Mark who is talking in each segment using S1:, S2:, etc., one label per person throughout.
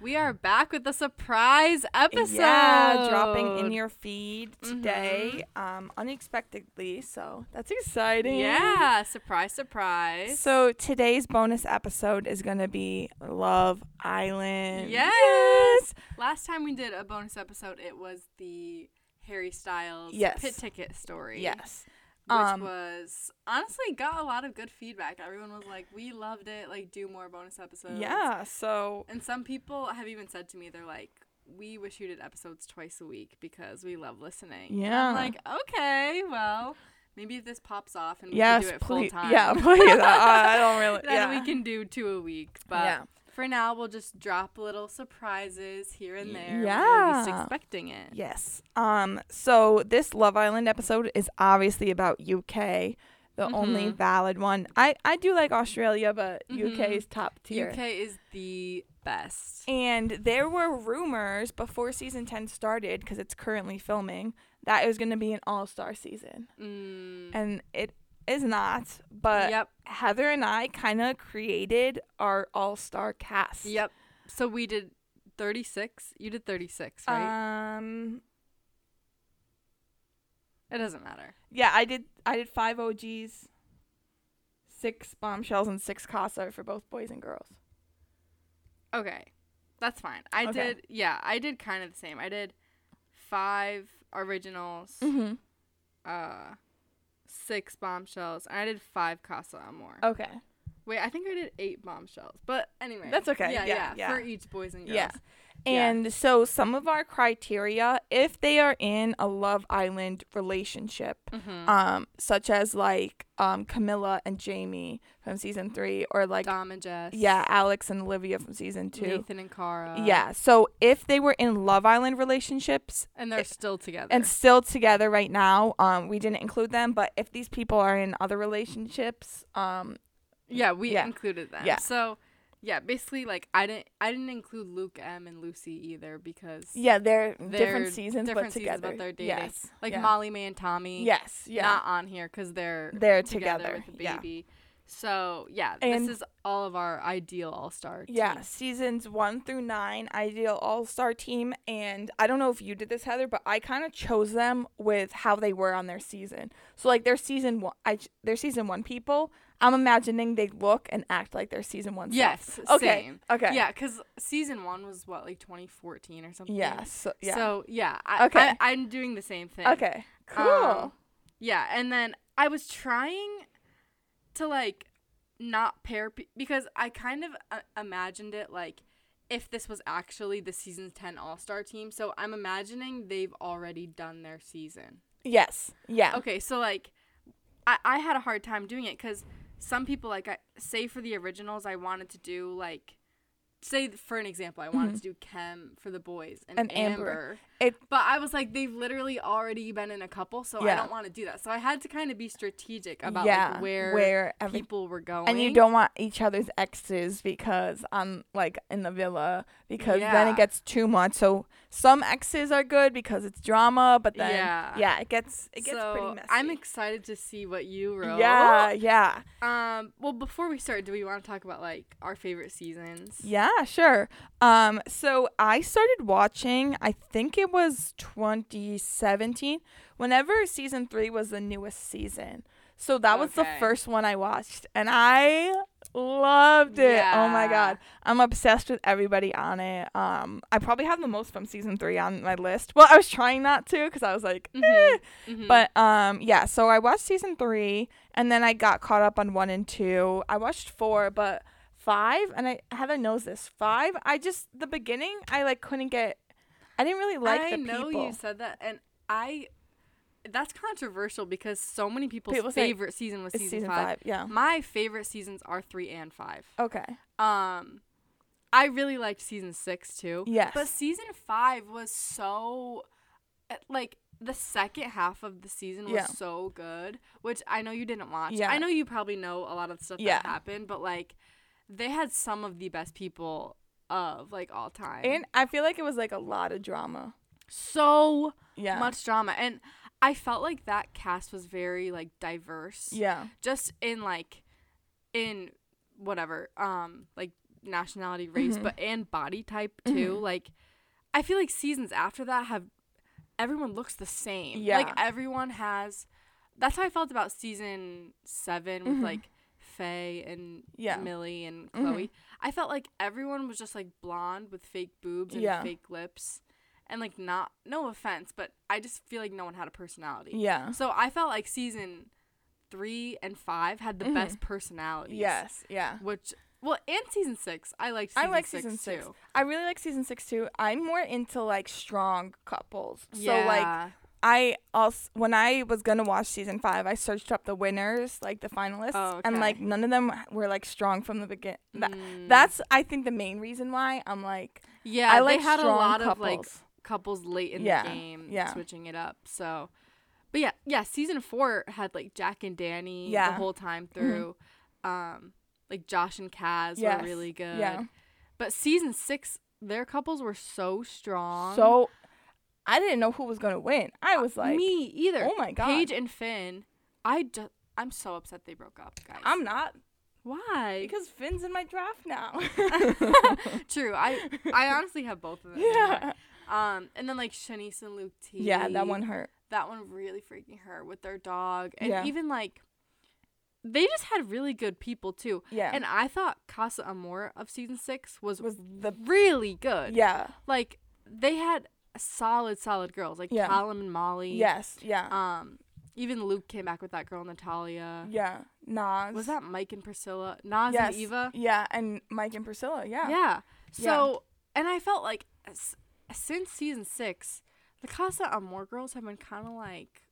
S1: We are back with a surprise episode.
S2: Yeah, dropping in your feed
S1: Mm-hmm.
S2: today, um, unexpectedly. So that's exciting.
S1: Yeah, surprise, surprise.
S2: So today's bonus episode is going to be Love Island.
S1: Yes!
S2: Yes.
S1: Last time we did a bonus episode, it was the Harry Styles
S2: Yes.
S1: pit ticket story.
S2: Yes.
S1: Which
S2: Um,
S1: was honestly got a lot of good feedback. Everyone was like, we loved it. Like, do more bonus episodes.
S2: Yeah. So
S1: And some people have even said to me, they're like, we wish you did episodes twice a week because we love listening. And
S2: Yeah.
S1: I'm like, okay, well, maybe if this pops off and we
S2: yes,
S1: can do it
S2: please.
S1: full time.
S2: Yeah, please. I, I don't really.
S1: then
S2: yeah.
S1: we can do two a week. But
S2: Yeah.
S1: for now, we'll just drop little surprises here
S2: Y-
S1: and there. when you're least
S2: yeah.
S1: expecting it.
S2: Yes. Um. So this Love Island episode is obviously about UK, the only
S1: Mhm.
S2: valid one. I I do like Australia, but UK
S1: Mhm.
S2: is top tier.
S1: UK is the best.
S2: And there were rumors before season ten started, because it's currently filming, that it was going to be an All Star season,
S1: Mm.
S2: and it is not. But
S1: yep.
S2: Heather and I kind of created our All Star cast.
S1: Yep. So we did 36. You did 36, right?
S2: Um.
S1: it doesn't matter.
S2: Yeah, I did. I did five OGs, six bombshells, and six Casa for both boys and girls.
S1: Okay. That's fine. I
S2: Okay.
S1: did, yeah, I did kind of the same. I did five originals,
S2: Mm-hmm.
S1: uh, six bombshells, and I did five Casa Amor.
S2: Okay.
S1: Wait, I think I did eight bombshells. But anyway.
S2: That's okay. Yeah, yeah.
S1: For each boys and girls.
S2: Yeah. And so some of our criteria, if they are in a Love Island relationship,
S1: Mhm.
S2: um, such as like um Camilla and Jamie from season three, or like
S1: Dom and Jess.
S2: yeah Alex and Olivia from season two.
S1: Nathan and Cara.
S2: Yeah. So if they were in Love Island relationships,
S1: And they're still together.
S2: and still together right now. Um, we didn't include them, but if these people are in other relationships, um,
S1: yeah, we
S2: yeah.
S1: included them.
S2: Yeah.
S1: So yeah, basically like I didn't I didn't include Luke M and Lucy either because
S2: yeah, they're,
S1: They're
S2: different seasons,
S1: different
S2: but
S1: seasons,
S2: together.
S1: but they're dating.
S2: Yes,
S1: like
S2: yeah.
S1: Molly May and Tommy
S2: Yes, yeah,
S1: not on here because they're
S2: they're
S1: together,
S2: together.
S1: with the
S2: yeah,
S1: baby. So yeah,
S2: And-
S1: this is all of our ideal all star.
S2: yeah. Seasons one through nine, ideal all star team, and I don't know if you did this, Heather, but I kind of chose them with how they were on their season. So like their season one, I ch- their season one people. I'm imagining they look and act like they're season one. self.
S1: Yes.
S2: Okay.
S1: Same.
S2: Okay.
S1: Yeah, because season one was what like 2014 or something.
S2: Yes. so- yeah.
S1: So yeah, I,
S2: Okay.
S1: I, I'm doing the same thing.
S2: okay. Cool.
S1: Um, yeah, and then I was trying to like not pair pe- because I kind of uh, imagined it like if this was actually the season 10 all-star team so i'm imagining they've already done their season
S2: yes. Yeah.
S1: okay so like i, I had a hard time doing it because some people like i say for the originals i wanted to do like say th- for an example i wanted to do chem for the boys and,
S2: Mm-hmm. And Amber.
S1: amber,
S2: It-
S1: but i was like they've literally already been in a couple so
S2: Yeah.
S1: i don't want to do that so i had to kind of be strategic about like, where,
S2: where every-
S1: people were going
S2: and you don't want each other's exes because I'm like in the villa because then
S1: Yeah.
S2: it gets too much. So some exes are good because it's drama, but then yeah,
S1: Yeah.
S2: it gets it gets
S1: so
S2: pretty messy.
S1: i'm excited to see what you wrote
S2: yeah, yeah,
S1: um well before we start do we want to talk about like our favorite seasons
S2: yeah, sure. Um, so I started watching. I think it was 2017. Whenever season three was the newest season, so that was the
S1: Okay.
S2: first one I watched, and I loved it. Oh my
S1: Yeah.
S2: god, I'm obsessed with everybody on it. Um, I probably have the most from season three on my list. Well, I was trying not to because I was like, eh.
S1: Mhm, mhm.
S2: but um, yeah. So I watched season three, and then I got caught up on one and two. I watched four, but five, and I Heather knows this. Five, I just the beginning, I like couldn't get. I didn't really like
S1: I
S2: the
S1: know
S2: people.
S1: you said that, and I. That's controversial because so many people's
S2: People say
S1: favorite season was
S2: It's
S1: season, five.
S2: Yeah.
S1: My favorite seasons are three and five.
S2: Okay.
S1: Um, I really liked season six too.
S2: Yes.
S1: But season five was so, uh, like, the second half of the season was
S2: Yeah.
S1: so good, which I know you didn't watch.
S2: Yeah.
S1: I know you probably know a lot of the stuff
S2: Yeah.
S1: that happened, but like, they had some of the best people of like all time.
S2: And I feel like it was like a lot of drama.
S1: so
S2: Yeah.
S1: much drama and i felt like that cast was very like diverse
S2: Yeah.
S1: just in like in whatever um like nationality, race,
S2: Mm-hmm.
S1: but and body type too. Like, I feel like seasons after that have everyone looks the same.
S2: Yeah.
S1: Like everyone has. That's how I felt about season seven
S2: Mm-hmm.
S1: with like Faye and
S2: Yeah. Mm-hmm.
S1: Millie and Chloe. I felt like everyone was just like blonde with fake boobs and
S2: Yeah.
S1: fake lips. And like not no offense, but I just feel like no one had a personality.
S2: Yeah.
S1: So I felt like season three and five had the best personalities.
S2: Yes. Mm-hmm. Yeah.
S1: Which well, and season six. I liked
S2: I
S1: season
S2: like
S1: six
S2: season six.
S1: too.
S2: I really like season six too. I'm more into like strong couples. So like
S1: Yeah.
S2: I also when I was gonna watch season five, I searched up the winners, like the finalists,
S1: Oh,
S2: and
S1: okay. Mm.
S2: like none of them were like strong from the begin. That, That's I think the main reason why I'm like
S1: yeah,
S2: I
S1: they
S2: like
S1: had a
S2: strong
S1: lot of like
S2: couples.
S1: couples late in
S2: Yeah,
S1: the game
S2: yeah.
S1: switching it up. So but yeah, yeah, season four had like Jack and Danny
S2: Yeah. Mm-hmm.
S1: the whole time through. Um like Josh and Kaz
S2: Yes,
S1: were really good.
S2: yeah.
S1: But season six, their couples were so strong.
S2: so. I didn't know who was gonna win. I was like,
S1: me either.
S2: oh my God.
S1: Paige and Finn. I just I'm so upset they broke up, guys.
S2: I'm not
S1: why?
S2: because Finn's in my draft now.
S1: True. I I honestly have both of them. in mind.
S2: yeah,
S1: Um, and then like Shanice and Luke T.
S2: yeah, that one hurt.
S1: That one really freaking hurt with their dog, and
S2: Yeah.
S1: even like, they just had really good people too.
S2: Yeah,
S1: And I thought Casa Amor of season six was,
S2: was the
S1: really good.
S2: yeah,
S1: Like they had solid, solid girls like
S2: Yeah.
S1: Callum and Molly.
S2: yes, yeah,
S1: Um, even Luke came back with that girl Natalia.
S2: yeah. Nas
S1: Uh, Was that Mike and Priscilla? Nas
S2: yes,
S1: and Eva.
S2: Yeah, and Mike and Priscilla. Yeah,
S1: Yeah.
S2: Yeah.
S1: So, and I felt like s- since season six, the Casa Amor girls have been kind of like,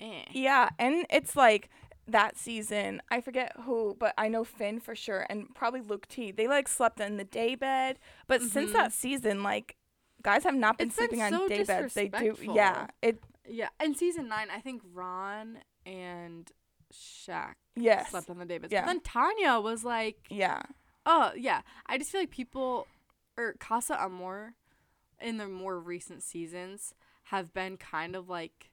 S1: eh.
S2: Yeah, and it's like that season. I forget who, but I know Finn for sure, and probably Luke T. They like slept in the day bed, but since
S1: Mhm.
S2: that season, like guys have not been
S1: It's been
S2: sleeping on
S1: so
S2: day beds. They do, yeah.
S1: disrespectful.
S2: It
S1: Yeah. And season nine, I think Ron and Shaq
S2: yes,
S1: slept on the Davids.
S2: Yeah.
S1: But then Tanya was like,
S2: yeah,
S1: oh, yeah. I just feel like people, or Casa Amor in the more recent seasons have been kind of like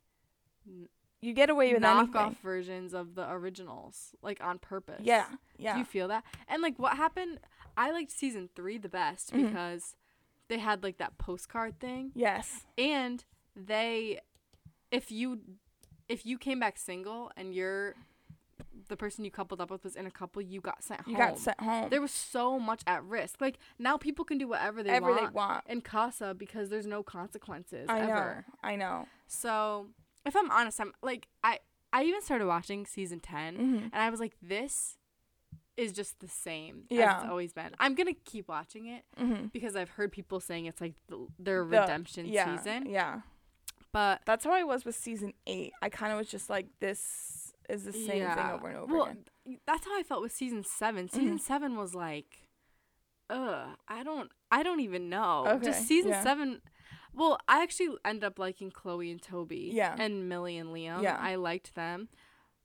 S2: you get away with anything.
S1: knockoff versions of the originals, like on purpose.
S2: Yeah,
S1: Do
S2: yeah,
S1: you feel that? And like what happened? I liked season three the best
S2: Mm-hmm.
S1: because they had like that postcard thing,
S2: yes,
S1: and they, if you, if you came back single and you're, the person you coupled up with was in a couple, you got sent
S2: you
S1: home.
S2: got sent home.
S1: There was so much at risk. Like now, people can do whatever they
S2: Whatever
S1: want.
S2: they want.
S1: in casa because there's no consequences
S2: I know,
S1: ever.
S2: I know.
S1: So if I'm honest, I'm like I I even started watching season 10
S2: Mm. Mm-hmm,
S1: and I was like, this is just the same as
S2: Yeah.
S1: it's always been. I'm gonna keep watching it
S2: Mhm.
S1: because I've heard people saying it's like the, their
S2: The-
S1: redemption
S2: yeah,
S1: season,
S2: Yeah,
S1: but
S2: that's how I was with season eight. I kind of was just like, this is the same thing
S1: yeah.
S2: over and over
S1: Well,
S2: again.
S1: th- that's how I felt with season seven.
S2: Mm-hmm.
S1: Season seven was like, ugh, I don't, I don't even know.
S2: Okay,
S1: Just season
S2: yeah.
S1: seven. Well, I actually ended up liking Chloe and Toby.
S2: Yeah.
S1: And Millie and Liam.
S2: Yeah.
S1: I liked them,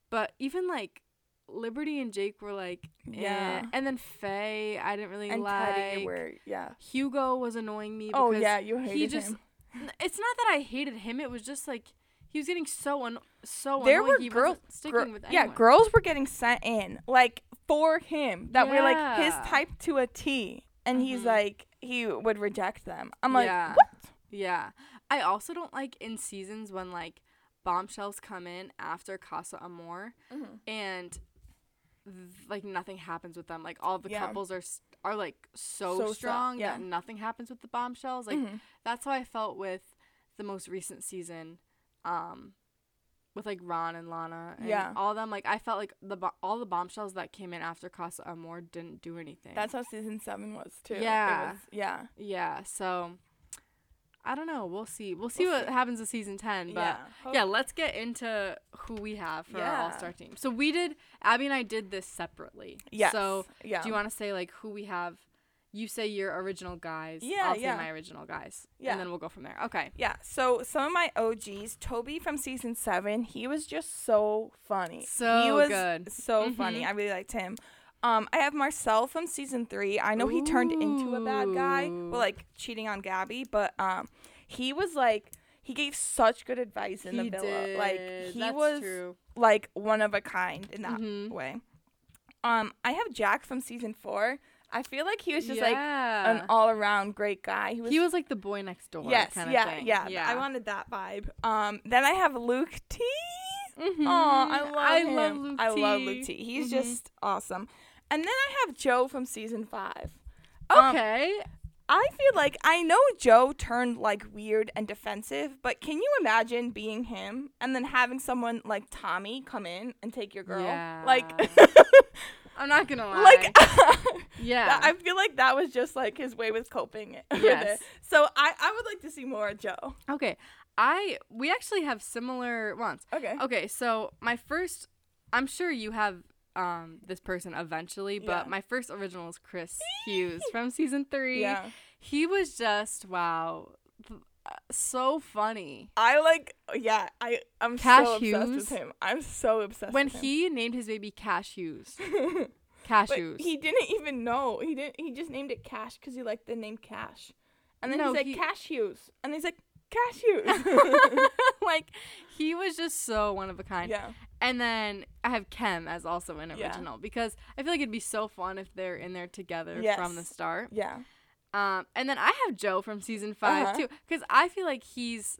S1: but even like. Liberty and Jake were like, yeah,
S2: Yeah.
S1: and then Faye, I didn't really
S2: And
S1: like.
S2: Teddy, where yeah,
S1: Hugo was annoying me.
S2: Oh,
S1: because
S2: yeah, you
S1: he
S2: hated
S1: just,
S2: him.
S1: N- It's not that I hated him. It was just like he was getting so un- so
S2: there
S1: annoying.
S2: were
S1: he
S2: girls
S1: wasn't sticking
S2: gir-
S1: with
S2: yeah
S1: anyone.
S2: girls were getting sent in like for him that were like his
S1: Yeah.
S2: type to a t and he's
S1: Mhm.
S2: like he would reject them i'm like
S1: Yeah.
S2: what
S1: Yeah. I also don't like in seasons when like bombshells come in after Casa Amor and th- like nothing happens with them. Like all the
S2: Yeah.
S1: couples are s- are like so,
S2: So strong,
S1: strong
S2: yeah. Mm-hmm.
S1: that nothing happens with the bombshells. Like eh. that's how I felt with the most recent season um with like Ron and Lana and
S2: Yeah.
S1: all them like I felt like the bo- all the bombshells that came in after Casa Amor didn't do anything.
S2: that's how season seven was too It
S1: Yeah.
S2: was- yeah
S1: Yeah, so I don't know. We'll see. We'll see
S2: We'll
S1: what
S2: see.
S1: happens with season ten. But
S2: Yeah.
S1: yeah, let's get into who we have for our
S2: Yeah.
S1: all star team. So we did Abby and I did this separately.
S2: Yes,
S1: So
S2: yeah.
S1: do you wanna say like who we have? You say your original guys.
S2: Yeah,
S1: I'll
S2: yeah.
S1: say my original guys.
S2: Yeah.
S1: And then we'll go from there. Okay.
S2: yeah so some of my og's toby from season seven he was just so funny he
S1: So
S2: was
S1: good. Mm-hmm.
S2: so funny i really liked him um, I have Marcel from season three. I know he turned into a bad guy,
S1: Ooh.
S2: well, like cheating on Gabby, but um, he was like he gave such good advice in the villa. Like
S1: did.
S2: he
S1: That's
S2: was
S1: true.
S2: like one of a kind in that
S1: Mhm.
S2: way. Um, I have Jack from season four. I feel like he was just like
S1: yeah.
S2: an all around great guy. He was,
S1: he was like the boy next door.
S2: yes,
S1: kind of
S2: yeah,
S1: thing.
S2: yeah, I wanted that vibe. Um, then I have Luke T.
S1: Mhm.
S2: Oh, I love
S1: I
S2: him.
S1: love Luke
S2: I love
S1: T.
S2: Luke T. He's
S1: Mhm.
S2: just awesome. And then I have Joe from season five. Um,
S1: Okay.
S2: I feel like I know Joe turned like weird and defensive, but can you imagine being him and then having someone like Tommy come in and take your girl? Like,
S1: Yeah. I'm not gonna lie.
S2: like
S1: yeah.
S2: that- I feel like that was just like his way with coping. with it.
S1: Yes.
S2: So I, I would like to see more of Joe.
S1: okay. I we actually have similar ones.
S2: Okay.
S1: Okay, so my first, I'm sure you have um this person eventually, but
S2: Yeah.
S1: my first original is Chris Hughes from season three.
S2: Yeah.
S1: He was just wow, th- uh, so funny.
S2: I like yeah, I I'm
S1: Cash
S2: so obsessed
S1: Hughes.
S2: with him. I'm so obsessed
S1: When
S2: with him.
S1: he named his baby Cashews,
S2: When But
S1: Cashews.
S2: he didn't even know. He didn't. He just named it Cash because he liked the name Cash. And then
S1: No,
S2: he's like
S1: he-
S2: cashews, and he's like cashews.
S1: like he was just so one of a kind.
S2: yeah,
S1: And then I have Kem as also an
S2: Yeah.
S1: original because I feel like it'd be so fun if they're in there together from the
S2: Yes.
S1: start.
S2: yeah,
S1: Um, and then I have Joe from season 5
S2: Uh-huh.
S1: too, because I feel like he's,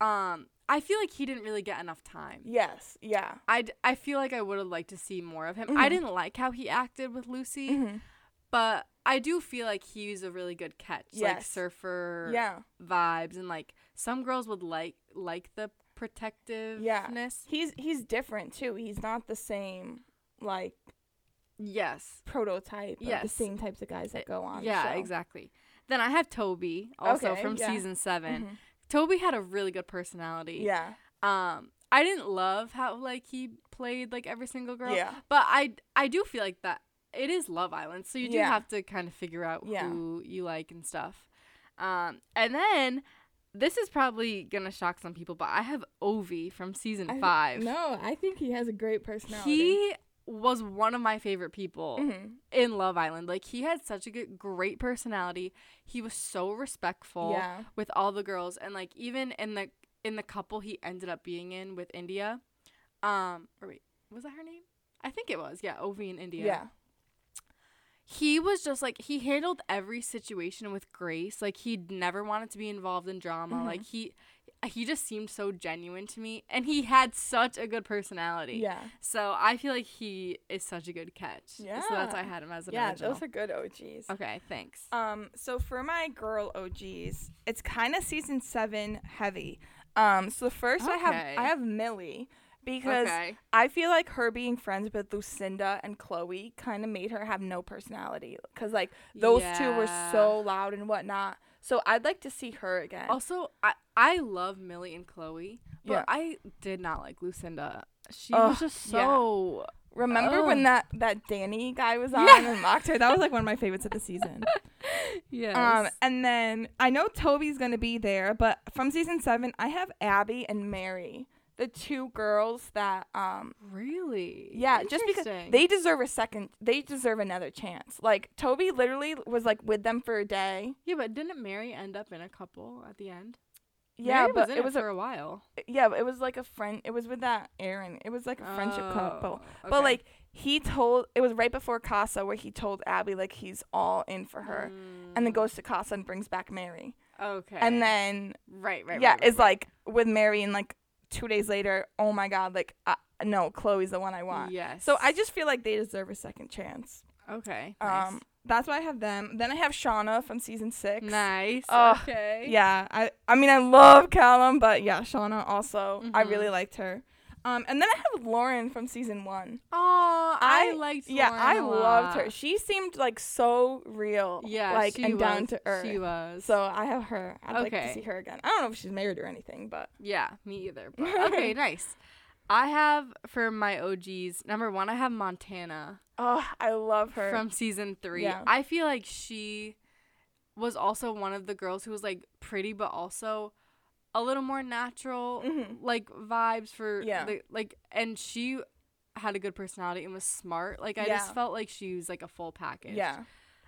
S1: um, I feel like he didn't really get enough time.
S2: yes, yeah.
S1: I I feel like I would have liked to see more of him. I
S2: Mhm.
S1: didn't like how he acted with Lucy,
S2: Mhm.
S1: but I do feel like he's a really good catch, like
S2: Yes.
S1: surfer
S2: Yeah,
S1: vibes, and like some girls would like like the protectiveness.
S2: he's he's different too. He's not the same like
S1: Yes.
S2: prototype. Yes, the
S1: Yes.
S2: same types of guys that go on. the
S1: yeah,
S2: show.
S1: exactly. Then I have Toby also
S2: Okay,
S1: from
S2: yeah.
S1: season 7
S2: Mhm.
S1: Toby had a really good personality.
S2: Yeah,
S1: um i didn't love how like he played like every single girl
S2: yeah,
S1: but i i do feel like that it is love island so you do
S2: Yeah.
S1: have to kind of figure out
S2: Yeah.
S1: who you like and stuff um and then this is probably gonna shock some people but i have ovi from season
S2: I-
S1: five
S2: No, I think he has a great personality.
S1: he was one of my favorite people
S2: Mhm.
S1: in love island like he had such a good great personality he was so respectful
S2: Yeah.
S1: with all the girls and like even in the in the couple he ended up being in with India. Um or wait, was that her name? I think it was. Yeah, Ovi and India.
S2: Yeah.
S1: He was just like he handled every situation with grace. Like he never wanted to be involved in drama.
S2: Mhm.
S1: Like he he just seemed so genuine to me and he had such a good personality.
S2: Yeah.
S1: So I feel like he is such a good catch. So that's why I
S2: Yeah.
S1: had him as an
S2: Yeah,
S1: original.
S2: those are good OGs.
S1: okay, thanks.
S2: Um, so for my girl OGs, it's kind of season seven heavy. Um, so the first I
S1: Okay.
S2: have I have Millie because
S1: okay.
S2: I feel like her being friends with Lucinda and Chloe kind of made her have no personality because like those two were
S1: Yeah.
S2: so loud and whatnot. So I'd like to see her again.
S1: Also, I I love Millie and Chloe, but
S2: Yeah.
S1: I did not like Lucinda. She was
S2: Ugh,
S1: just
S2: yeah.
S1: so
S2: Remember when
S1: Ugh.
S2: that that Danny guy was on
S1: Oh. Yeah.
S2: and mocked her? That was like one of my favorites of the season.
S1: yeah.
S2: Um, and then I know Toby's gonna be there, but from season seven, I have Abby and Mary, the two girls that um,
S1: really?
S2: yeah, just because
S1: Interesting.
S2: they deserve a second, they deserve another chance. Like Toby literally was like with them for a day.
S1: yeah, but didn't Mary end up in a couple at the end?
S2: Yeah,
S1: Mary
S2: but
S1: was in
S2: it was
S1: for
S2: a
S1: a while.
S2: yeah, but it was like a friend. It was with that Aaron. It was like a friendship couple.
S1: Oh,
S2: But
S1: okay.
S2: like he told, it was right before Casa where he told Abby like he's all in for her, and then
S1: Mm,
S2: goes to Casa and brings back Mary,
S1: Okay.
S2: and then
S1: right, right,
S2: yeah,
S1: right, right,
S2: it's
S1: right.
S2: like with Mary and like two days later, oh my god, like uh, no, Chloe's the one I want.
S1: yes.
S2: So I just feel like they deserve a second chance.
S1: okay.
S2: Um, that's why I have them. Then I have Shauna from season six.
S1: nice. nice.
S2: Ugh,
S1: okay.
S2: Yeah, I I mean I love Callum, but yeah, Shauna also I
S1: Mhm.
S2: really liked her. Um, and then I have Lauren from season one.
S1: Oh, I,
S2: I-
S1: liked.
S2: yeah,
S1: Lauren
S2: I
S1: a
S2: loved her.
S1: lot.
S2: She seemed like so real.
S1: Yeah,
S2: like
S1: she
S2: and
S1: was,
S2: down to earth.
S1: She was.
S2: So I have her. I'd like
S1: Okay.
S2: to see her again. I don't know if she's married or anything, but
S1: Yeah, me either. But okay, nice. I have for my OGs, number one, I have Montana
S2: oh, I love her.
S1: from season three.
S2: Yeah.
S1: I feel like she was also one of the girls who was like pretty, but also a little more natural,
S2: Mhm.
S1: like vibes for
S2: Yeah.
S1: the, like, and she had a good personality and was smart. Like I
S2: Yeah.
S1: just felt like she was like a full package.
S2: yeah.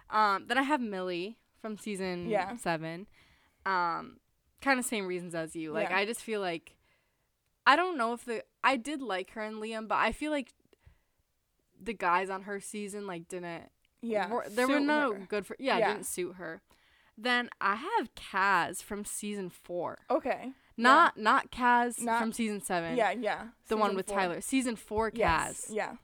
S1: Um, then I have Millie from season
S2: Yeah.
S1: seven. Um, kind of same reasons as you. Like
S2: Yeah.
S1: I just feel like I don't know if the I did like her and Liam, but I feel like the guys on her season like didn't
S2: Yeah.
S1: were- there were
S2: suit
S1: no
S2: her.
S1: good for. Yeah,
S2: Yeah.
S1: didn't suit her. Then I have Kaz from season four.
S2: Okay.
S1: Not not Kaz
S2: Not-
S1: from season seven.
S2: Yeah, yeah.
S1: the one
S2: Season
S1: with
S2: four.
S1: Tyler. Season four Kaz.
S2: Yes. Yeah.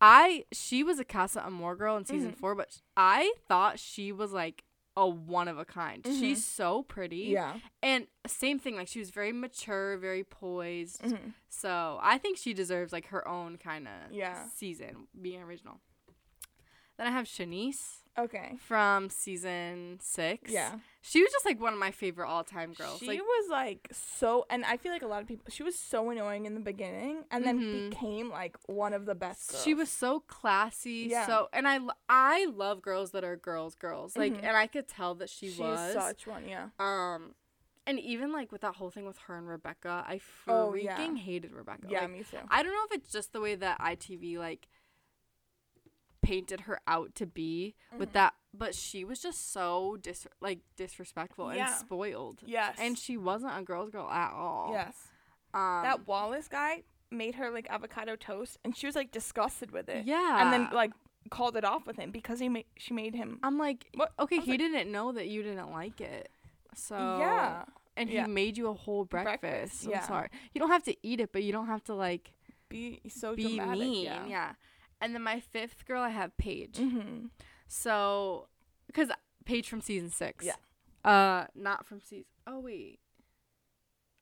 S1: I she was a Casa Amor girl in season
S2: Mm-hmm.
S1: four, but sh- I thought she was like a one of a kind. She's so pretty.
S2: Mm-hmm. Yeah.
S1: And same thing, like she was very mature, very poised.
S2: Mhm.
S1: So I think she deserves like her own kind of
S2: Yeah.
S1: season, being original. Then I have Shanice
S2: Okay.
S1: from season six.
S2: Yeah.
S1: She was just like one of my favorite all time girls.
S2: She
S1: like
S2: was like so, and I feel like a lot of people. She was so annoying in the beginning, and then
S1: Mhm.
S2: became like one of the best. Girls.
S1: she was so classy.
S2: Yeah.
S1: So and I lo- I love girls that are girls girls. Like
S2: Mhm.
S1: and I could tell that she
S2: She's
S1: was.
S2: such one. Yeah.
S1: Um, and even like with that whole thing with her and Rebecca, I freaking
S2: Oh, yeah.
S1: hated Rebecca.
S2: Yeah.
S1: Like,
S2: me too.
S1: I don't know if it's just the way that ITV like painted her out to be
S2: Mm-hmm.
S1: with that, but she was just so dis like disrespectful
S2: Yeah.
S1: and spoiled.
S2: Yes.
S1: And she wasn't a girl's girl at all.
S2: yes.
S1: Um,
S2: that Wallace guy made her like avocado toast, and she was like disgusted with it.
S1: yeah.
S2: And then like called it off with him because he made she made him.
S1: I'm like,
S2: What-
S1: okay,
S2: I was
S1: he
S2: like-
S1: didn't know that you didn't like it. So
S2: yeah.
S1: and he
S2: yeah.
S1: made you a whole breakfast.
S2: Breakfast, yeah.
S1: I'm sorry. You don't have to eat it, but you don't have to like
S2: Be so
S1: be
S2: dramatic.
S1: mean. Yeah.
S2: Yeah.
S1: And then my fifth girl, I have Paige.
S2: Mm-hmm.
S1: So, because Paige from season six.
S2: Yeah.
S1: Uh, not from season. Oh wait,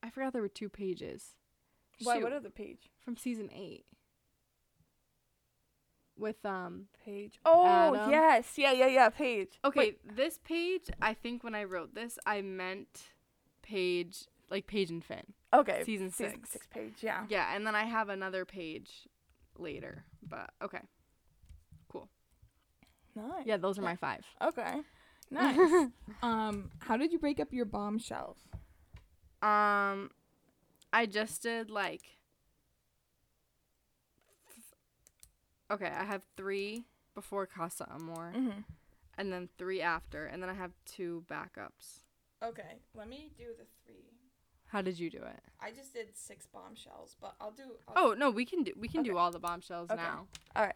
S1: I forgot there were two pages.
S2: Why?
S1: Shoot,
S2: What other page?
S1: from season eight. With um.
S2: Page. Oh
S1: Adam.
S2: yes. Yeah. Yeah. Yeah. Page.
S1: Okay, this page. I think when I wrote this, I meant Paige, like Paige and Finn.
S2: Okay.
S1: Season
S2: Season
S1: six.
S2: six page. Yeah.
S1: Yeah, and then I have another page later. But okay.
S2: Nice.
S1: Yeah, those are my five.
S2: Okay. Nice. um, how did you break up your bombshells?
S1: Um, I just did like. Okay, I have three before Casa Amor,
S2: Mm-hmm.
S1: and then three after, and then I have two backups.
S2: Okay, let me do the three.
S1: How did you do it?
S2: I just did six bombshells, but I'll do. I'll
S1: Oh no, we can do we can do
S2: Okay.
S1: all the bombshells
S2: Okay.
S1: now.
S2: Alright.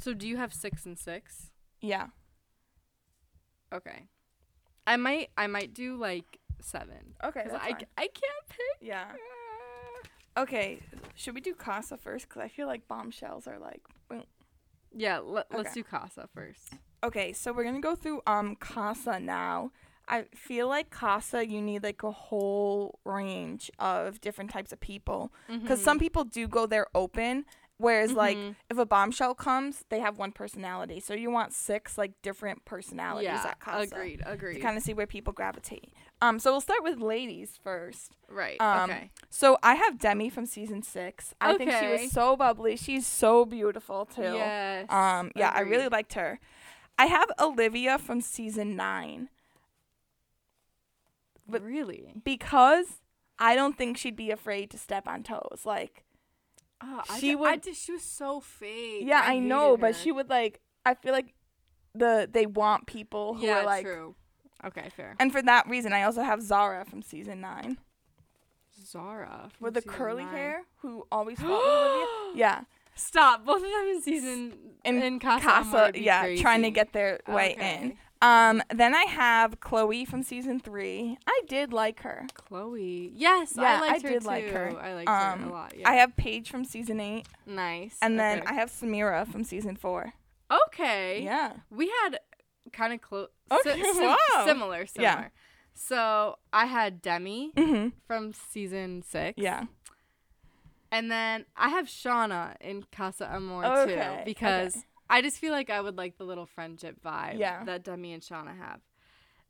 S1: So do you have six and six?
S2: yeah.
S1: Okay. I might I might do like seven.
S2: Okay,
S1: 'cause
S2: that's
S1: I,
S2: fine.
S1: c- I can't pick.
S2: Yeah. Okay, should we do Casa first? Cause I feel like bombshells are like. boom.
S1: Yeah, let, let's
S2: Okay.
S1: do Casa first.
S2: Okay, so we're gonna go through um Casa now. I feel like Casa, you need like a whole range of different types of people. because some
S1: Mm-hmm.
S2: people do go there open whereas like
S1: Mhm.
S2: if a bombshell comes they have one personality so you want six like different personalities
S1: yeah,
S2: at casa
S1: agreed,
S2: to
S1: agreed.
S2: kind of see where people gravitate um so we'll start with ladies first
S1: right.
S2: um
S1: okay.
S2: so i have demi from season six i think she
S1: Okay.
S2: was so bubbly she's so beautiful too
S1: Yes.
S2: um yeah i really
S1: agreed.
S2: liked her i have olivia from season nine but-
S1: really.
S2: because i don't think she'd be afraid to step on toes like
S1: Oh, I
S2: she
S1: she
S2: would-
S1: I did, she was so fake.
S2: Yeah, I,
S1: hated
S2: know, but
S1: her.
S2: she would like. I feel like the they want people who
S1: yeah,
S2: are like.
S1: true. Okay, fair.
S2: And for that reason, I also have Zara from season nine
S1: Zara from
S2: with the
S1: season
S2: curly
S1: nine.
S2: hair who always fought with Olivia. Yeah,
S1: Stop. Both of them in season
S2: In
S1: in, Casa. Amor
S2: Casa.
S1: would be
S2: Yeah, trying to
S1: crazy.
S2: get their way in.
S1: Okay.
S2: Um, then I have Chloe from season three. I did like her.
S1: Chloe. Yes,
S2: Yeah,
S1: I liked
S2: I
S1: her
S2: did
S1: too.
S2: like her.
S1: I liked her
S2: Um,
S1: a lot. Yeah.
S2: I have Paige from season eight,
S1: nice.
S2: and then
S1: okay.
S2: I have Samira from season four.
S1: okay.
S2: Yeah.
S1: We had kind of close.
S2: Okay, wow.
S1: Similar. Similar.
S2: Yeah.
S1: So I had Demi
S2: Mhm.
S1: from season six.
S2: Yeah.
S1: And then I have Shauna in Casa Amor
S2: Okay,
S1: too because
S2: okay.
S1: I just feel like I would like the little friendship vibe
S2: Yeah.
S1: that Demi and Shauna have.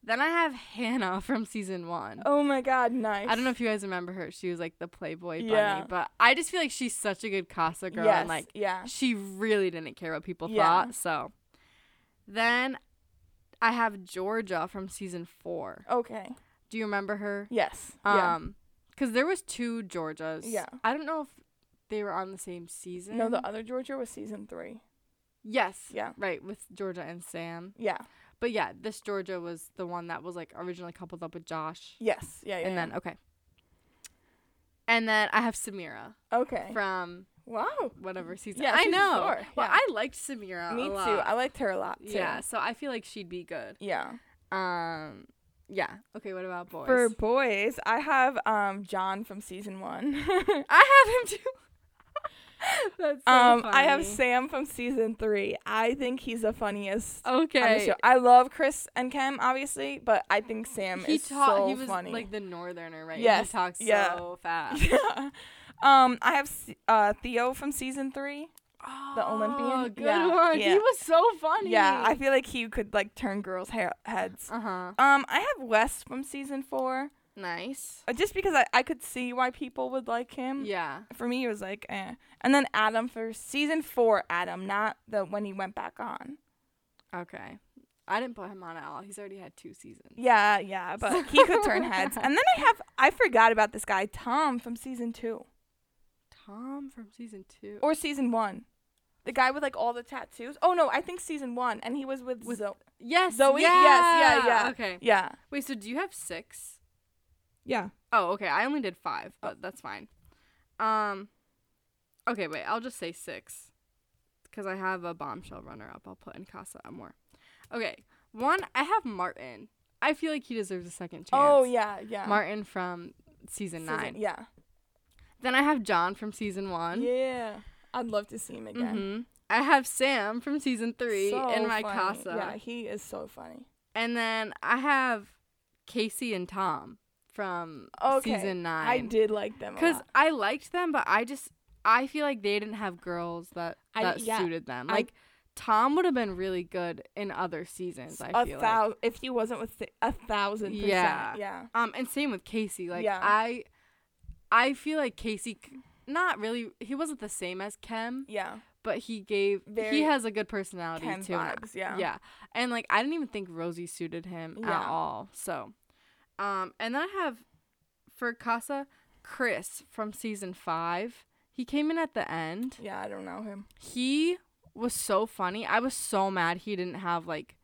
S1: Then I have Hannah from season one.
S2: Oh my God. Nice.
S1: I don't know if you guys remember her. She was like the Playboy
S2: Yeah.
S1: bunny, but I just feel like she's such a good Casa girl
S2: Yes.
S1: and like
S2: yeah.
S1: she really didn't care what people
S2: Yeah.
S1: thought. So then I have Georgia from season four.
S2: Okay.
S1: Do you remember her?
S2: Yes. yeah.
S1: Um, because there was two Georgias.
S2: Yeah.
S1: I don't know if they were on the same season.
S2: No, the other Georgia was season three.
S1: yes.
S2: Yeah.
S1: Right with Georgia and Sam.
S2: Yeah.
S1: But yeah, this Georgia was the one that was like originally coupled up with Josh.
S2: Yes. Yeah. yeah
S1: And then okay. And then I have Samira
S2: yeah. okay.
S1: from
S2: Wow.
S1: whatever season.
S2: Yeah,
S1: I
S2: season
S1: know.
S2: four,
S1: Well,
S2: yeah.
S1: I liked Samira.
S2: Me
S1: a
S2: too.
S1: lot.
S2: I liked her a lot too.
S1: yeah, so I feel like she'd be good.
S2: Yeah.
S1: Um, yeah. Okay, what about boys?
S2: For boys, I have um John from season one.
S1: I have him too. That's so
S2: um, I have
S1: funny.
S2: Sam from season three. I think he's the funniest. On the
S1: okay.
S2: show. I love Chris and Kim, obviously, but I think Sam
S1: He
S2: is
S1: talked.
S2: so
S1: he was
S2: funny.
S1: like the northerner, right?
S2: Yes,
S1: He talks
S2: yeah.
S1: so fast.
S2: yeah. Um, I have S- uh, Theo from season three. The Olympian?
S1: Oh, good
S2: Yeah,
S1: one.
S2: yeah.
S1: He was so funny.
S2: Yeah, I feel like he could like turn girls' hair heads.
S1: uh huh.
S2: Um, I have West from season four,
S1: Nice.
S2: uh, just because I, I could see why people would like him.
S1: Yeah.
S2: For me, it was like, eh. And then Adam for season four, Adam, not the when he went back on.
S1: Okay. I didn't put him on at all. He's already had two seasons.
S2: Yeah, yeah, but he could turn heads. And then I have, I forgot about this guy, Tom from season two
S1: Tom from season two.
S2: or season one. The guy with like all the tattoos. Oh no, I think season one, and he was with,
S1: With-
S2: Zo-
S1: yes.
S2: Zoe? Yes, yeah, yeah.
S1: Okay.
S2: Yeah,
S1: Wait. So do you have six?
S2: yeah.
S1: Oh, okay. I only did five,
S2: Oh.
S1: but that's fine. Um. Okay. Wait. I'll just say six, because I have a bombshell runner up. I'll put in Casa Amor. Okay. One. I have Martin. I feel like he deserves a second chance.
S2: Oh yeah, yeah.
S1: Martin from season,
S2: Season-
S1: nine.
S2: Yeah.
S1: Then I have John from season one.
S2: Yeah. I'd love to see him again.
S1: hmm I have Sam from season three
S2: So
S1: in my
S2: funny.
S1: casa.
S2: Yeah, he is so funny.
S1: And then I have Casey and Tom from
S2: Okay,
S1: season nine.
S2: I did like them
S1: Because
S2: a lot.
S1: I liked them, but I just I feel like they didn't have girls that
S2: I
S1: that
S2: d- yeah,
S1: suited them.
S2: I-
S1: Like Tom would have been really good in other seasons. I
S2: a
S1: feel like.
S2: thousand, if he wasn't with th- a thousand percent, yeah,
S1: Yeah.
S2: yeah,
S1: Um, and same with Casey. Like
S2: Yeah.
S1: I, I feel like Casey, c- not really. He wasn't the same as Kem,
S2: yeah,
S1: but he gave.
S2: Very
S1: he has a good personality
S2: Ken
S1: too. and I-
S2: vibes, yeah.
S1: Yeah. And like I didn't even think Rosie suited him at
S2: Yeah.
S1: all. So um and then I have for Casa Chris from season 5. He came in at the end.
S2: yeah. I don't know him.
S1: He was so funny. I was so mad he didn't have like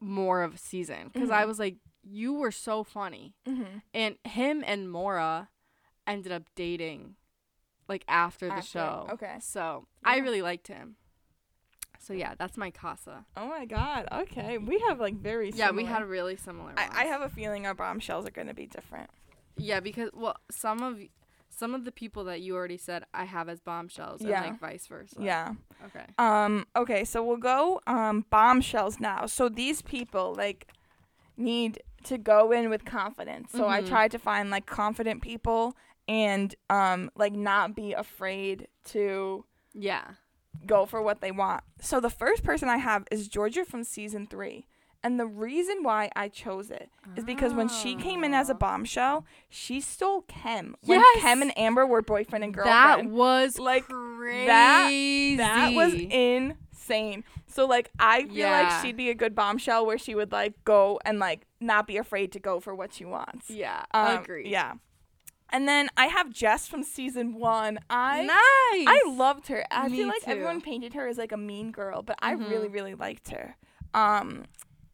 S1: more of a season because I
S2: Mhm.
S1: was like you were so funny.
S2: Mm-hmm.
S1: And him and Mora ended up dating like after the
S2: After,
S1: show.
S2: okay.
S1: So, I
S2: Yeah.
S1: really liked him. So yeah, that's my Casa.
S2: Oh my god. Okay, we have like very.
S1: Yeah, we
S2: similar-
S1: had really similar. Ones.
S2: I, I have a feeling our bombshells are gonna be different.
S1: Yeah, because well, some of some of the people that you already said I have as bombshells,
S2: Yeah.
S1: and like vice versa.
S2: Yeah.
S1: Okay.
S2: Um. Okay. So we'll go um bombshells now. So these people like need to go in with confidence. So I
S1: Mhm.
S2: tried to find like confident people and um like not be afraid to
S1: Yeah.
S2: go for what they want. So the first person I have is Georgia from season three. And the reason why I chose it is because when she came in as a
S1: Oh.
S2: bombshell, she stole Kem. When
S1: Yes!
S2: Kem and Amber were boyfriend and girlfriend.
S1: that was
S2: Like,
S1: like crazy.
S2: that- That was insane. So like I feel
S1: Yeah.
S2: like she'd be a good bombshell where she would like go and like not be afraid to go for what she wants.
S1: yeah.
S2: Um,
S1: Agreed.
S2: Yeah. And then I have Jess from season one. I
S1: nice.
S2: I loved her. I
S1: Me
S2: feel like
S1: too.
S2: everyone painted her as like a mean girl, but I
S1: Mhm.
S2: really really liked her. Um,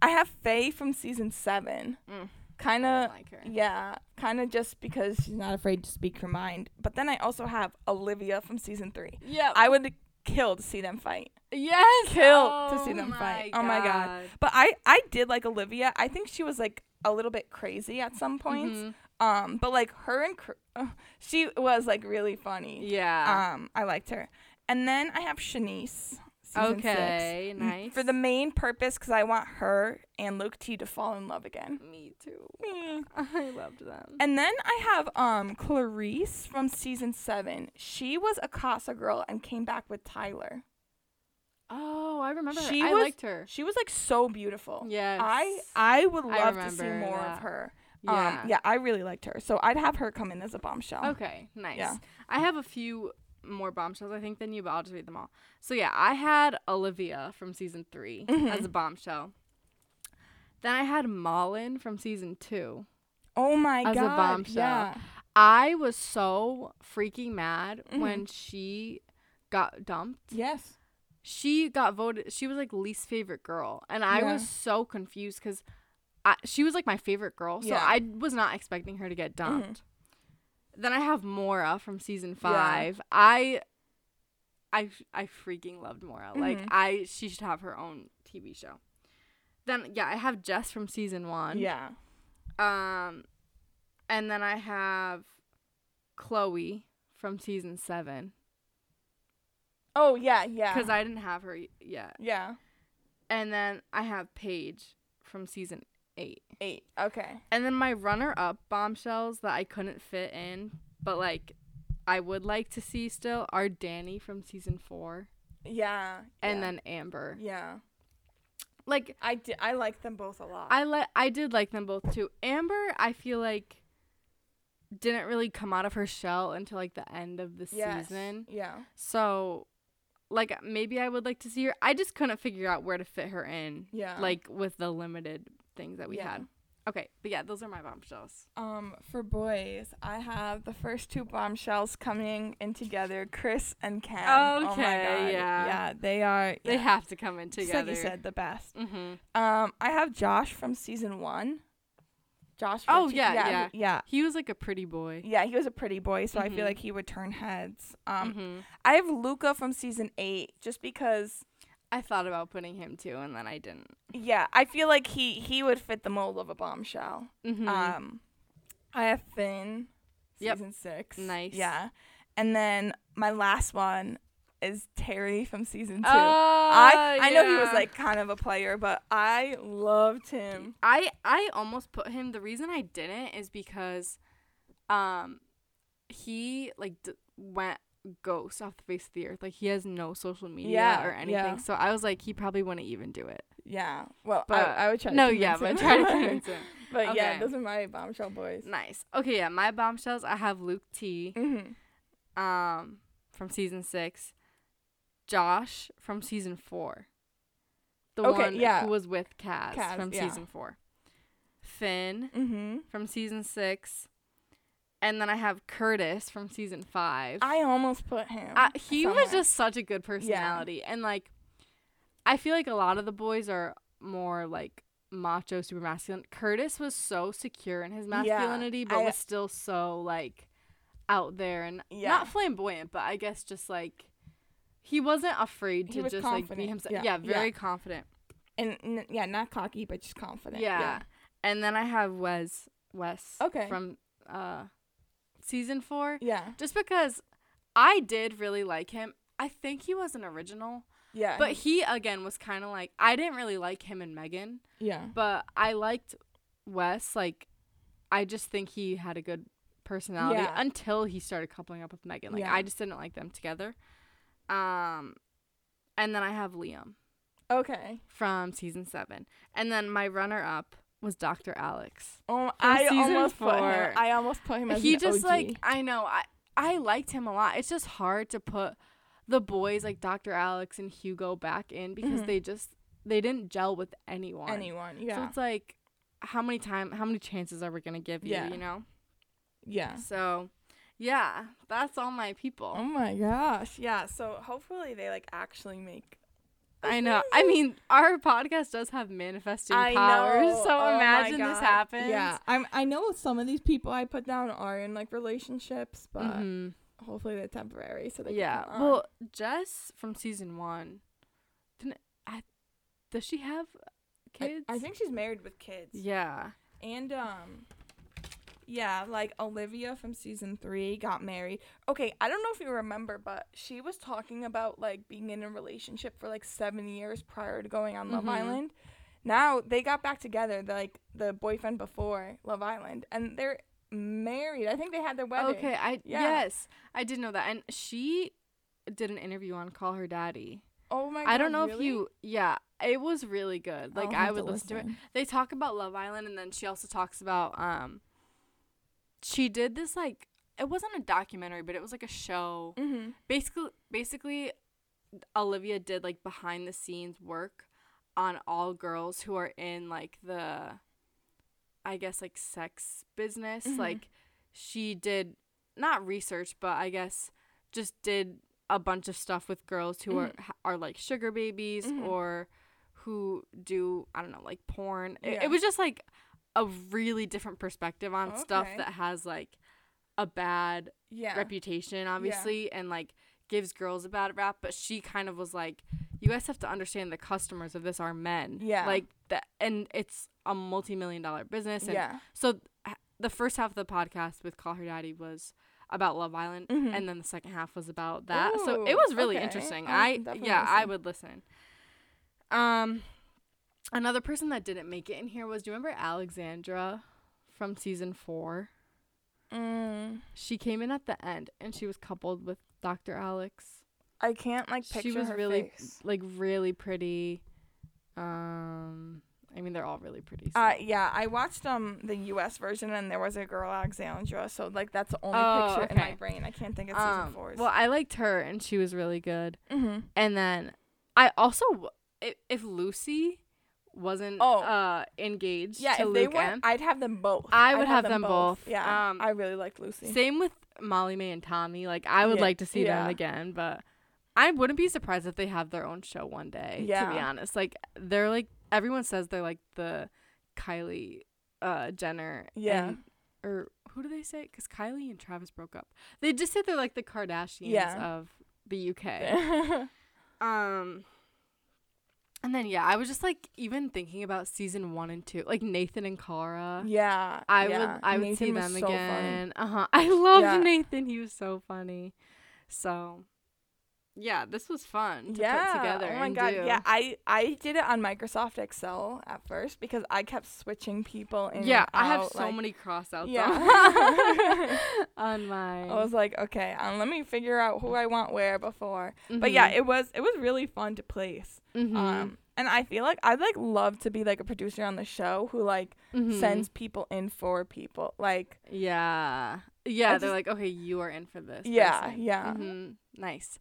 S2: I have Faye from season seven.
S1: Mm.
S2: Kind
S1: I
S2: of
S1: didn't like her.
S2: yeah, kind of just because she's not afraid to speak her mind. But then I also have Olivia from season three.
S1: Yeah.
S2: I would kill to see them fight.
S1: yes.
S2: Kill to
S1: Oh
S2: see them
S1: my
S2: fight. Oh my god. But I I did like Olivia. I think she was like a little bit crazy at some points.
S1: Mhm.
S2: Um, but like her and Cr- uh, she was like really funny.
S1: Yeah.
S2: Um, I liked her. And then I have Shanice. season six.
S1: okay.
S2: M-
S1: Nice.
S2: For the main purpose, because I want her and Luke T to fall in love again.
S1: me too. I loved them.
S2: And then I have um Clarice from season seven. She was a Casa girl and came back with Tyler.
S1: Oh, I remember.
S2: She
S1: her. I
S2: was-
S1: liked her.
S2: She was like so beautiful.
S1: Yes.
S2: I I would
S1: I
S2: love to see
S1: remember
S2: more
S1: that.
S2: of her.
S1: Yeah.
S2: Um, yeah, I really liked her. So I'd have her come in as a bombshell.
S1: Okay, nice.
S2: Oh, Yeah.
S1: I have a few more bombshells, I think, than you, but I'll just read them all. So, yeah, I had Olivia from season 3 as a bombshell. Then I had Malin from season two.
S2: Oh my
S1: As a
S2: god.
S1: bombshell.
S2: Yeah.
S1: I was so freaking mad when she got dumped.
S2: Yes.
S1: She got voted, she was like least favorite girl. And I
S2: Yeah.
S1: was so confused because she was like my favorite girl. So
S2: Yeah. Mm-hmm.
S1: I was not expecting her to get dumped. Then I have Mora from season five. I I I freaking loved Mora. Like
S2: Mhm.
S1: I she should have her own TV show. Then yeah, I have Jess from season 1.
S2: Yeah.
S1: Um and then I have Chloe from season 7
S2: Oh yeah, yeah.
S1: cuz I didn't have her y- yet.
S2: yeah.
S1: And then I have Paige from season 8.
S2: Eight. Okay.
S1: And then my runner up bombshells that I couldn't fit in, but like I would like to see still are Danny from season 4
S2: Yeah. yeah,
S1: and then Amber.
S2: yeah.
S1: Like
S2: I di- I like them both a lot.
S1: I li- I did like them both too. Amber, I feel like didn't really come out of her shell until like the end of the
S2: Yes,
S1: season.
S2: Yeah.
S1: So like maybe I would like to see her. I just couldn't figure out where to fit her in.
S2: Yeah.
S1: Like with the limited things that we
S2: Yeah.
S1: had. Okay, but yeah, those are my bombshells.
S2: Um, for boys, I have the first two bombshells coming in together, Chris and Ken. oh my
S1: Okay,
S2: God.
S1: yeah.
S2: Yeah, they are.
S1: They
S2: yeah,
S1: have to come in
S2: just
S1: together.
S2: Like you said, the best.
S1: Mm-hmm.
S2: Um, I have Josh from season one. Josh.
S1: Oh,
S2: Ritchie-
S1: yeah, yeah.
S2: yeah, yeah,
S1: He was like a pretty boy.
S2: yeah. He was a pretty boy, so I
S1: Mhm.
S2: feel like he would turn heads. Um,
S1: hmm
S2: I have Luca from season eight, just because.
S1: I thought about putting him too, and then I didn't.
S2: Yeah, I feel like he he would fit the mold of a bombshell.
S1: Mm-hmm.
S2: Um, I have Finn,
S1: Yep.
S2: season six.
S1: Nice.
S2: Yeah, and then my last one is Terry from season two.
S1: oh,
S2: I I know he was
S1: yeah.
S2: like kind of a player, but I loved him.
S1: I I almost put him. The reason I didn't is because, um, he like d- went ghost off the face of the earth. Like he has no social media
S2: Yeah,
S1: or anything.
S2: yeah.
S1: So I was like, he probably wouldn't even do it.
S2: Yeah. Well,
S1: But-
S2: I, I would try.
S1: no,
S2: to
S1: yeah, but
S2: convince
S1: try to
S2: him.
S1: convince him.
S2: but
S1: Okay.
S2: yeah, those are my bombshell boys.
S1: Nice. Okay, yeah. My bombshells. I have Luke T.
S2: Mm-hmm.
S1: Um, from season six, Josh from season four. The
S2: Okay,
S1: one
S2: yeah.
S1: who was with Kaz,
S2: Kaz,
S1: from
S2: yeah.
S1: season four. Finn.
S2: Mm-hmm.
S1: from season six, and then I have Curtis from season five.
S2: I almost put him.
S1: I- he was
S2: somewhere.
S1: just such a good personality, and like, I feel like a lot of the boys are more like macho, super masculine. Curtis was so secure in his masculinity, but
S2: I-
S1: was still so like out there and
S2: Yeah.
S1: not flamboyant, but I guess just like he wasn't afraid
S2: He
S1: to
S2: was
S1: just like be
S2: confident.
S1: himself.
S2: Yeah,
S1: Yeah,
S2: yeah.
S1: very confident.
S2: and n- yeah, not cocky, but uh, just confident.
S1: Yeah. and then I have Wes. Wes.
S2: Okay.
S1: From uh, season four.
S2: Yeah.
S1: just because I did really like him. I think he was an original,
S2: Yeah.
S1: but he again was kind of like I didn't really like him and Megan,
S2: yeah.
S1: but I liked Wes. Like, I just think he had a good personality
S2: Yeah.
S1: until he started coupling up with Megan. Like,
S2: Yeah.
S1: I just didn't like them together. Um, and then I have Liam
S2: Okay.
S1: from season seven, and then my runner up was Dr. Alex.
S2: Um, I
S1: season
S2: almost put him.
S1: four.
S2: I almost put him as
S1: he
S2: an
S1: just
S2: OG.
S1: like I know I I liked him a lot. It's just hard to put the boys like Dr. Alex and Hugo back in because
S2: Mhm.
S1: they just they didn't gel with anyone.
S2: anyone. Yeah.
S1: So it's like how many time how many chances are we gonna give you?
S2: Yeah.
S1: You know.
S2: yeah.
S1: So yeah, that's all my
S2: Oh
S1: people.
S2: my gosh. Yeah. So hopefully they like actually make. a
S1: I know. I
S2: season.
S1: mean, our podcast does have manifesting
S2: I
S1: powers,
S2: know.
S1: so
S2: Oh my
S1: imagine this
S2: God.
S1: happens.
S2: Yeah. I'm. I know some of these people I put down are in like relationships, but
S1: Mhm.
S2: hopefully they're temporary. So they can
S1: yeah.
S2: come on.
S1: Well, Jess from season one, didn't I? Does she have
S2: I-
S1: kids?
S2: I, think she's married with kids.
S1: Yeah.
S2: And um yeah, like Olivia from season 3 got married. Okay, I don't know if you remember, but she was talking about like being in a relationship for like 7 years prior to going on Love
S1: Mhm.
S2: Island. Now they got back together, the, like the boyfriend before Love Island, and they're married. I think they had their wedding.
S1: Okay. I
S2: Yeah.
S1: yes, I did know that, and she did an interview on Call Her Daddy.
S2: Oh my god.
S1: I don't know if
S2: really?
S1: you. Yeah, it was really good.
S2: I'll
S1: Like I
S2: have
S1: would listen to it. They talk about Love Island, and then she also talks about um. She did this like it wasn't a documentary, but it was like a show.
S2: Mhm.
S1: Basically, basically, Olivia did like behind the scenes work on all girls who are in like the, I guess like sex business.
S2: Mhm.
S1: Like she did not research, but I guess just did a bunch of stuff with girls who
S2: Mm-hmm.
S1: are ha are are like sugar babies
S2: Mhm.
S1: or who do I don't know like porn. It,
S2: Yeah.
S1: it was just like a really different perspective on stuff
S2: Okay.
S1: that has like a bad
S2: Yeah.
S1: reputation obviously and like gives girls a bad rap, but she kind of was like, "You guys have to understand the customers of this are men."
S2: Yeah.
S1: Like that, and it's a multi-million dollar business. And
S2: yeah.
S1: So h- the first half of the podcast with Call Her Daddy was about Love Island,
S2: Mhm.
S1: and then the second half was about that. so
S2: Ooh,
S1: it was really
S2: okay.
S1: interesting.
S2: I'll
S1: I
S2: definitely
S1: yeah, I
S2: listen.
S1: would listen. Um, another person that didn't make it in here was do you remember Alexandra from season four?
S2: Mm,
S1: She came in at the end, and she was coupled with Dr. Alex.
S2: I can't like picture
S1: she was
S2: her
S1: really
S2: face.
S1: like really pretty. Um, I mean they're all really pretty. so-
S2: Uh, yeah, I watched um the U.S. version and there was a girl Alexandra, so like that's the only
S1: Oh,
S2: picture in my
S1: okay.
S2: brain. I can't think of season
S1: um,
S2: four's.
S1: well, I liked her, and she was really good.
S2: mm-hmm.
S1: And then I also, w- if, if Lucy wasn't
S2: Oh.
S1: uh, engaged
S2: yeah,
S1: to
S2: if
S1: Luke
S2: they weren't,
S1: M,
S2: I'd have them both.
S1: I
S2: I'd
S1: would have them both.
S2: Yeah,
S1: Um,
S2: I really liked Lucy.
S1: same with Molly May and Tommy. Like I would
S2: Yeah,
S1: like to see
S2: yeah.
S1: them again, but I wouldn't be surprised if they have their own show one day. To be
S2: Yeah.
S1: honest, like they're like everyone says they're like the Kylie uh, Jenner.
S2: Yeah.
S1: and- or who do they say? Because Kylie and Travis broke up. They just said they're like the Kardashians
S2: Yeah.
S1: of the UK. Um and then yeah, I was just like even thinking about season 1 and 2, like Nathan and Kara.
S2: yeah,
S1: I
S2: yeah.
S1: would I would
S2: Nathan
S1: see
S2: was
S1: them
S2: so funny.
S1: again. Uh-huh. I loved
S2: Yeah.
S1: Nathan. He was so funny. So yeah, this was fun to put together.
S2: Oh my
S1: and
S2: god.
S1: do.
S2: Yeah, I I did it on Microsoft Excel at first because I kept switching people in.
S1: Yeah,
S2: and
S1: I have
S2: out,
S1: so
S2: like-
S1: many cross outs
S2: Yeah.
S1: on, on my
S2: I was like, okay, um, let me figure out who I want where before.
S1: Mm-hmm.
S2: But yeah, it was it was really fun to place. Um, and I feel like I'd like love to be like a producer on the show who like
S1: Mm-hmm.
S2: sends people in for people. Like
S1: Yeah. Yeah, they're
S2: just-
S1: like, okay, you are in for this.
S2: Yeah,
S1: person."
S2: yeah.
S1: Mhm. Nice.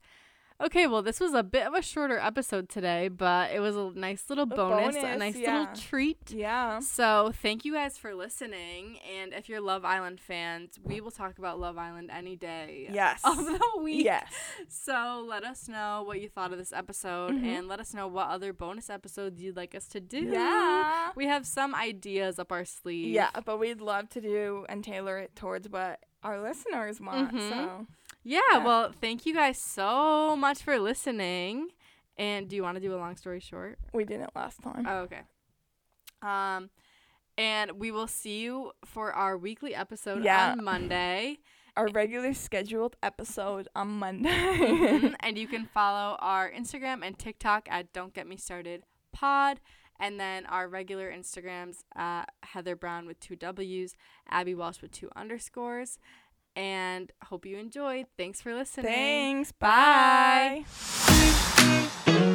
S1: Okay, well, this was a bit of a shorter episode today, but it was a nice little bonus, a
S2: bonus,
S1: nice
S2: yeah.
S1: little treat.
S2: yeah,
S1: So, thank you guys for listening. And if you're Love Island fans, we will talk about Love Island any day
S2: yes,
S1: of the week.
S2: yes,
S1: So, let us know what you thought of this episode
S2: Mhm.
S1: and let us know what other bonus episodes you'd like us to do.
S2: yeah,
S1: We have some ideas up our sleeve.
S2: yeah. But we'd love to do and tailor it towards what our listeners want.
S1: Mhm.
S2: So
S1: Yeah,
S2: Yeah.
S1: well, thank you guys so much for listening. And do you want to do a long story short?
S2: we didn't last time.
S1: Oh, okay. Um, and we will see you for our weekly episode
S2: Yeah.
S1: on Monday.
S2: our regular scheduled episode on Monday.
S1: Mhm. and you can follow our Instagram and TikTok at Don't Get Me Started Pod, and then our regular Instagrams at Heather Brown with two W's, Abby Walsh with two underscores. And hope you enjoyed. Thanks for listening.
S2: Thanks.
S1: Bye.
S2: bye.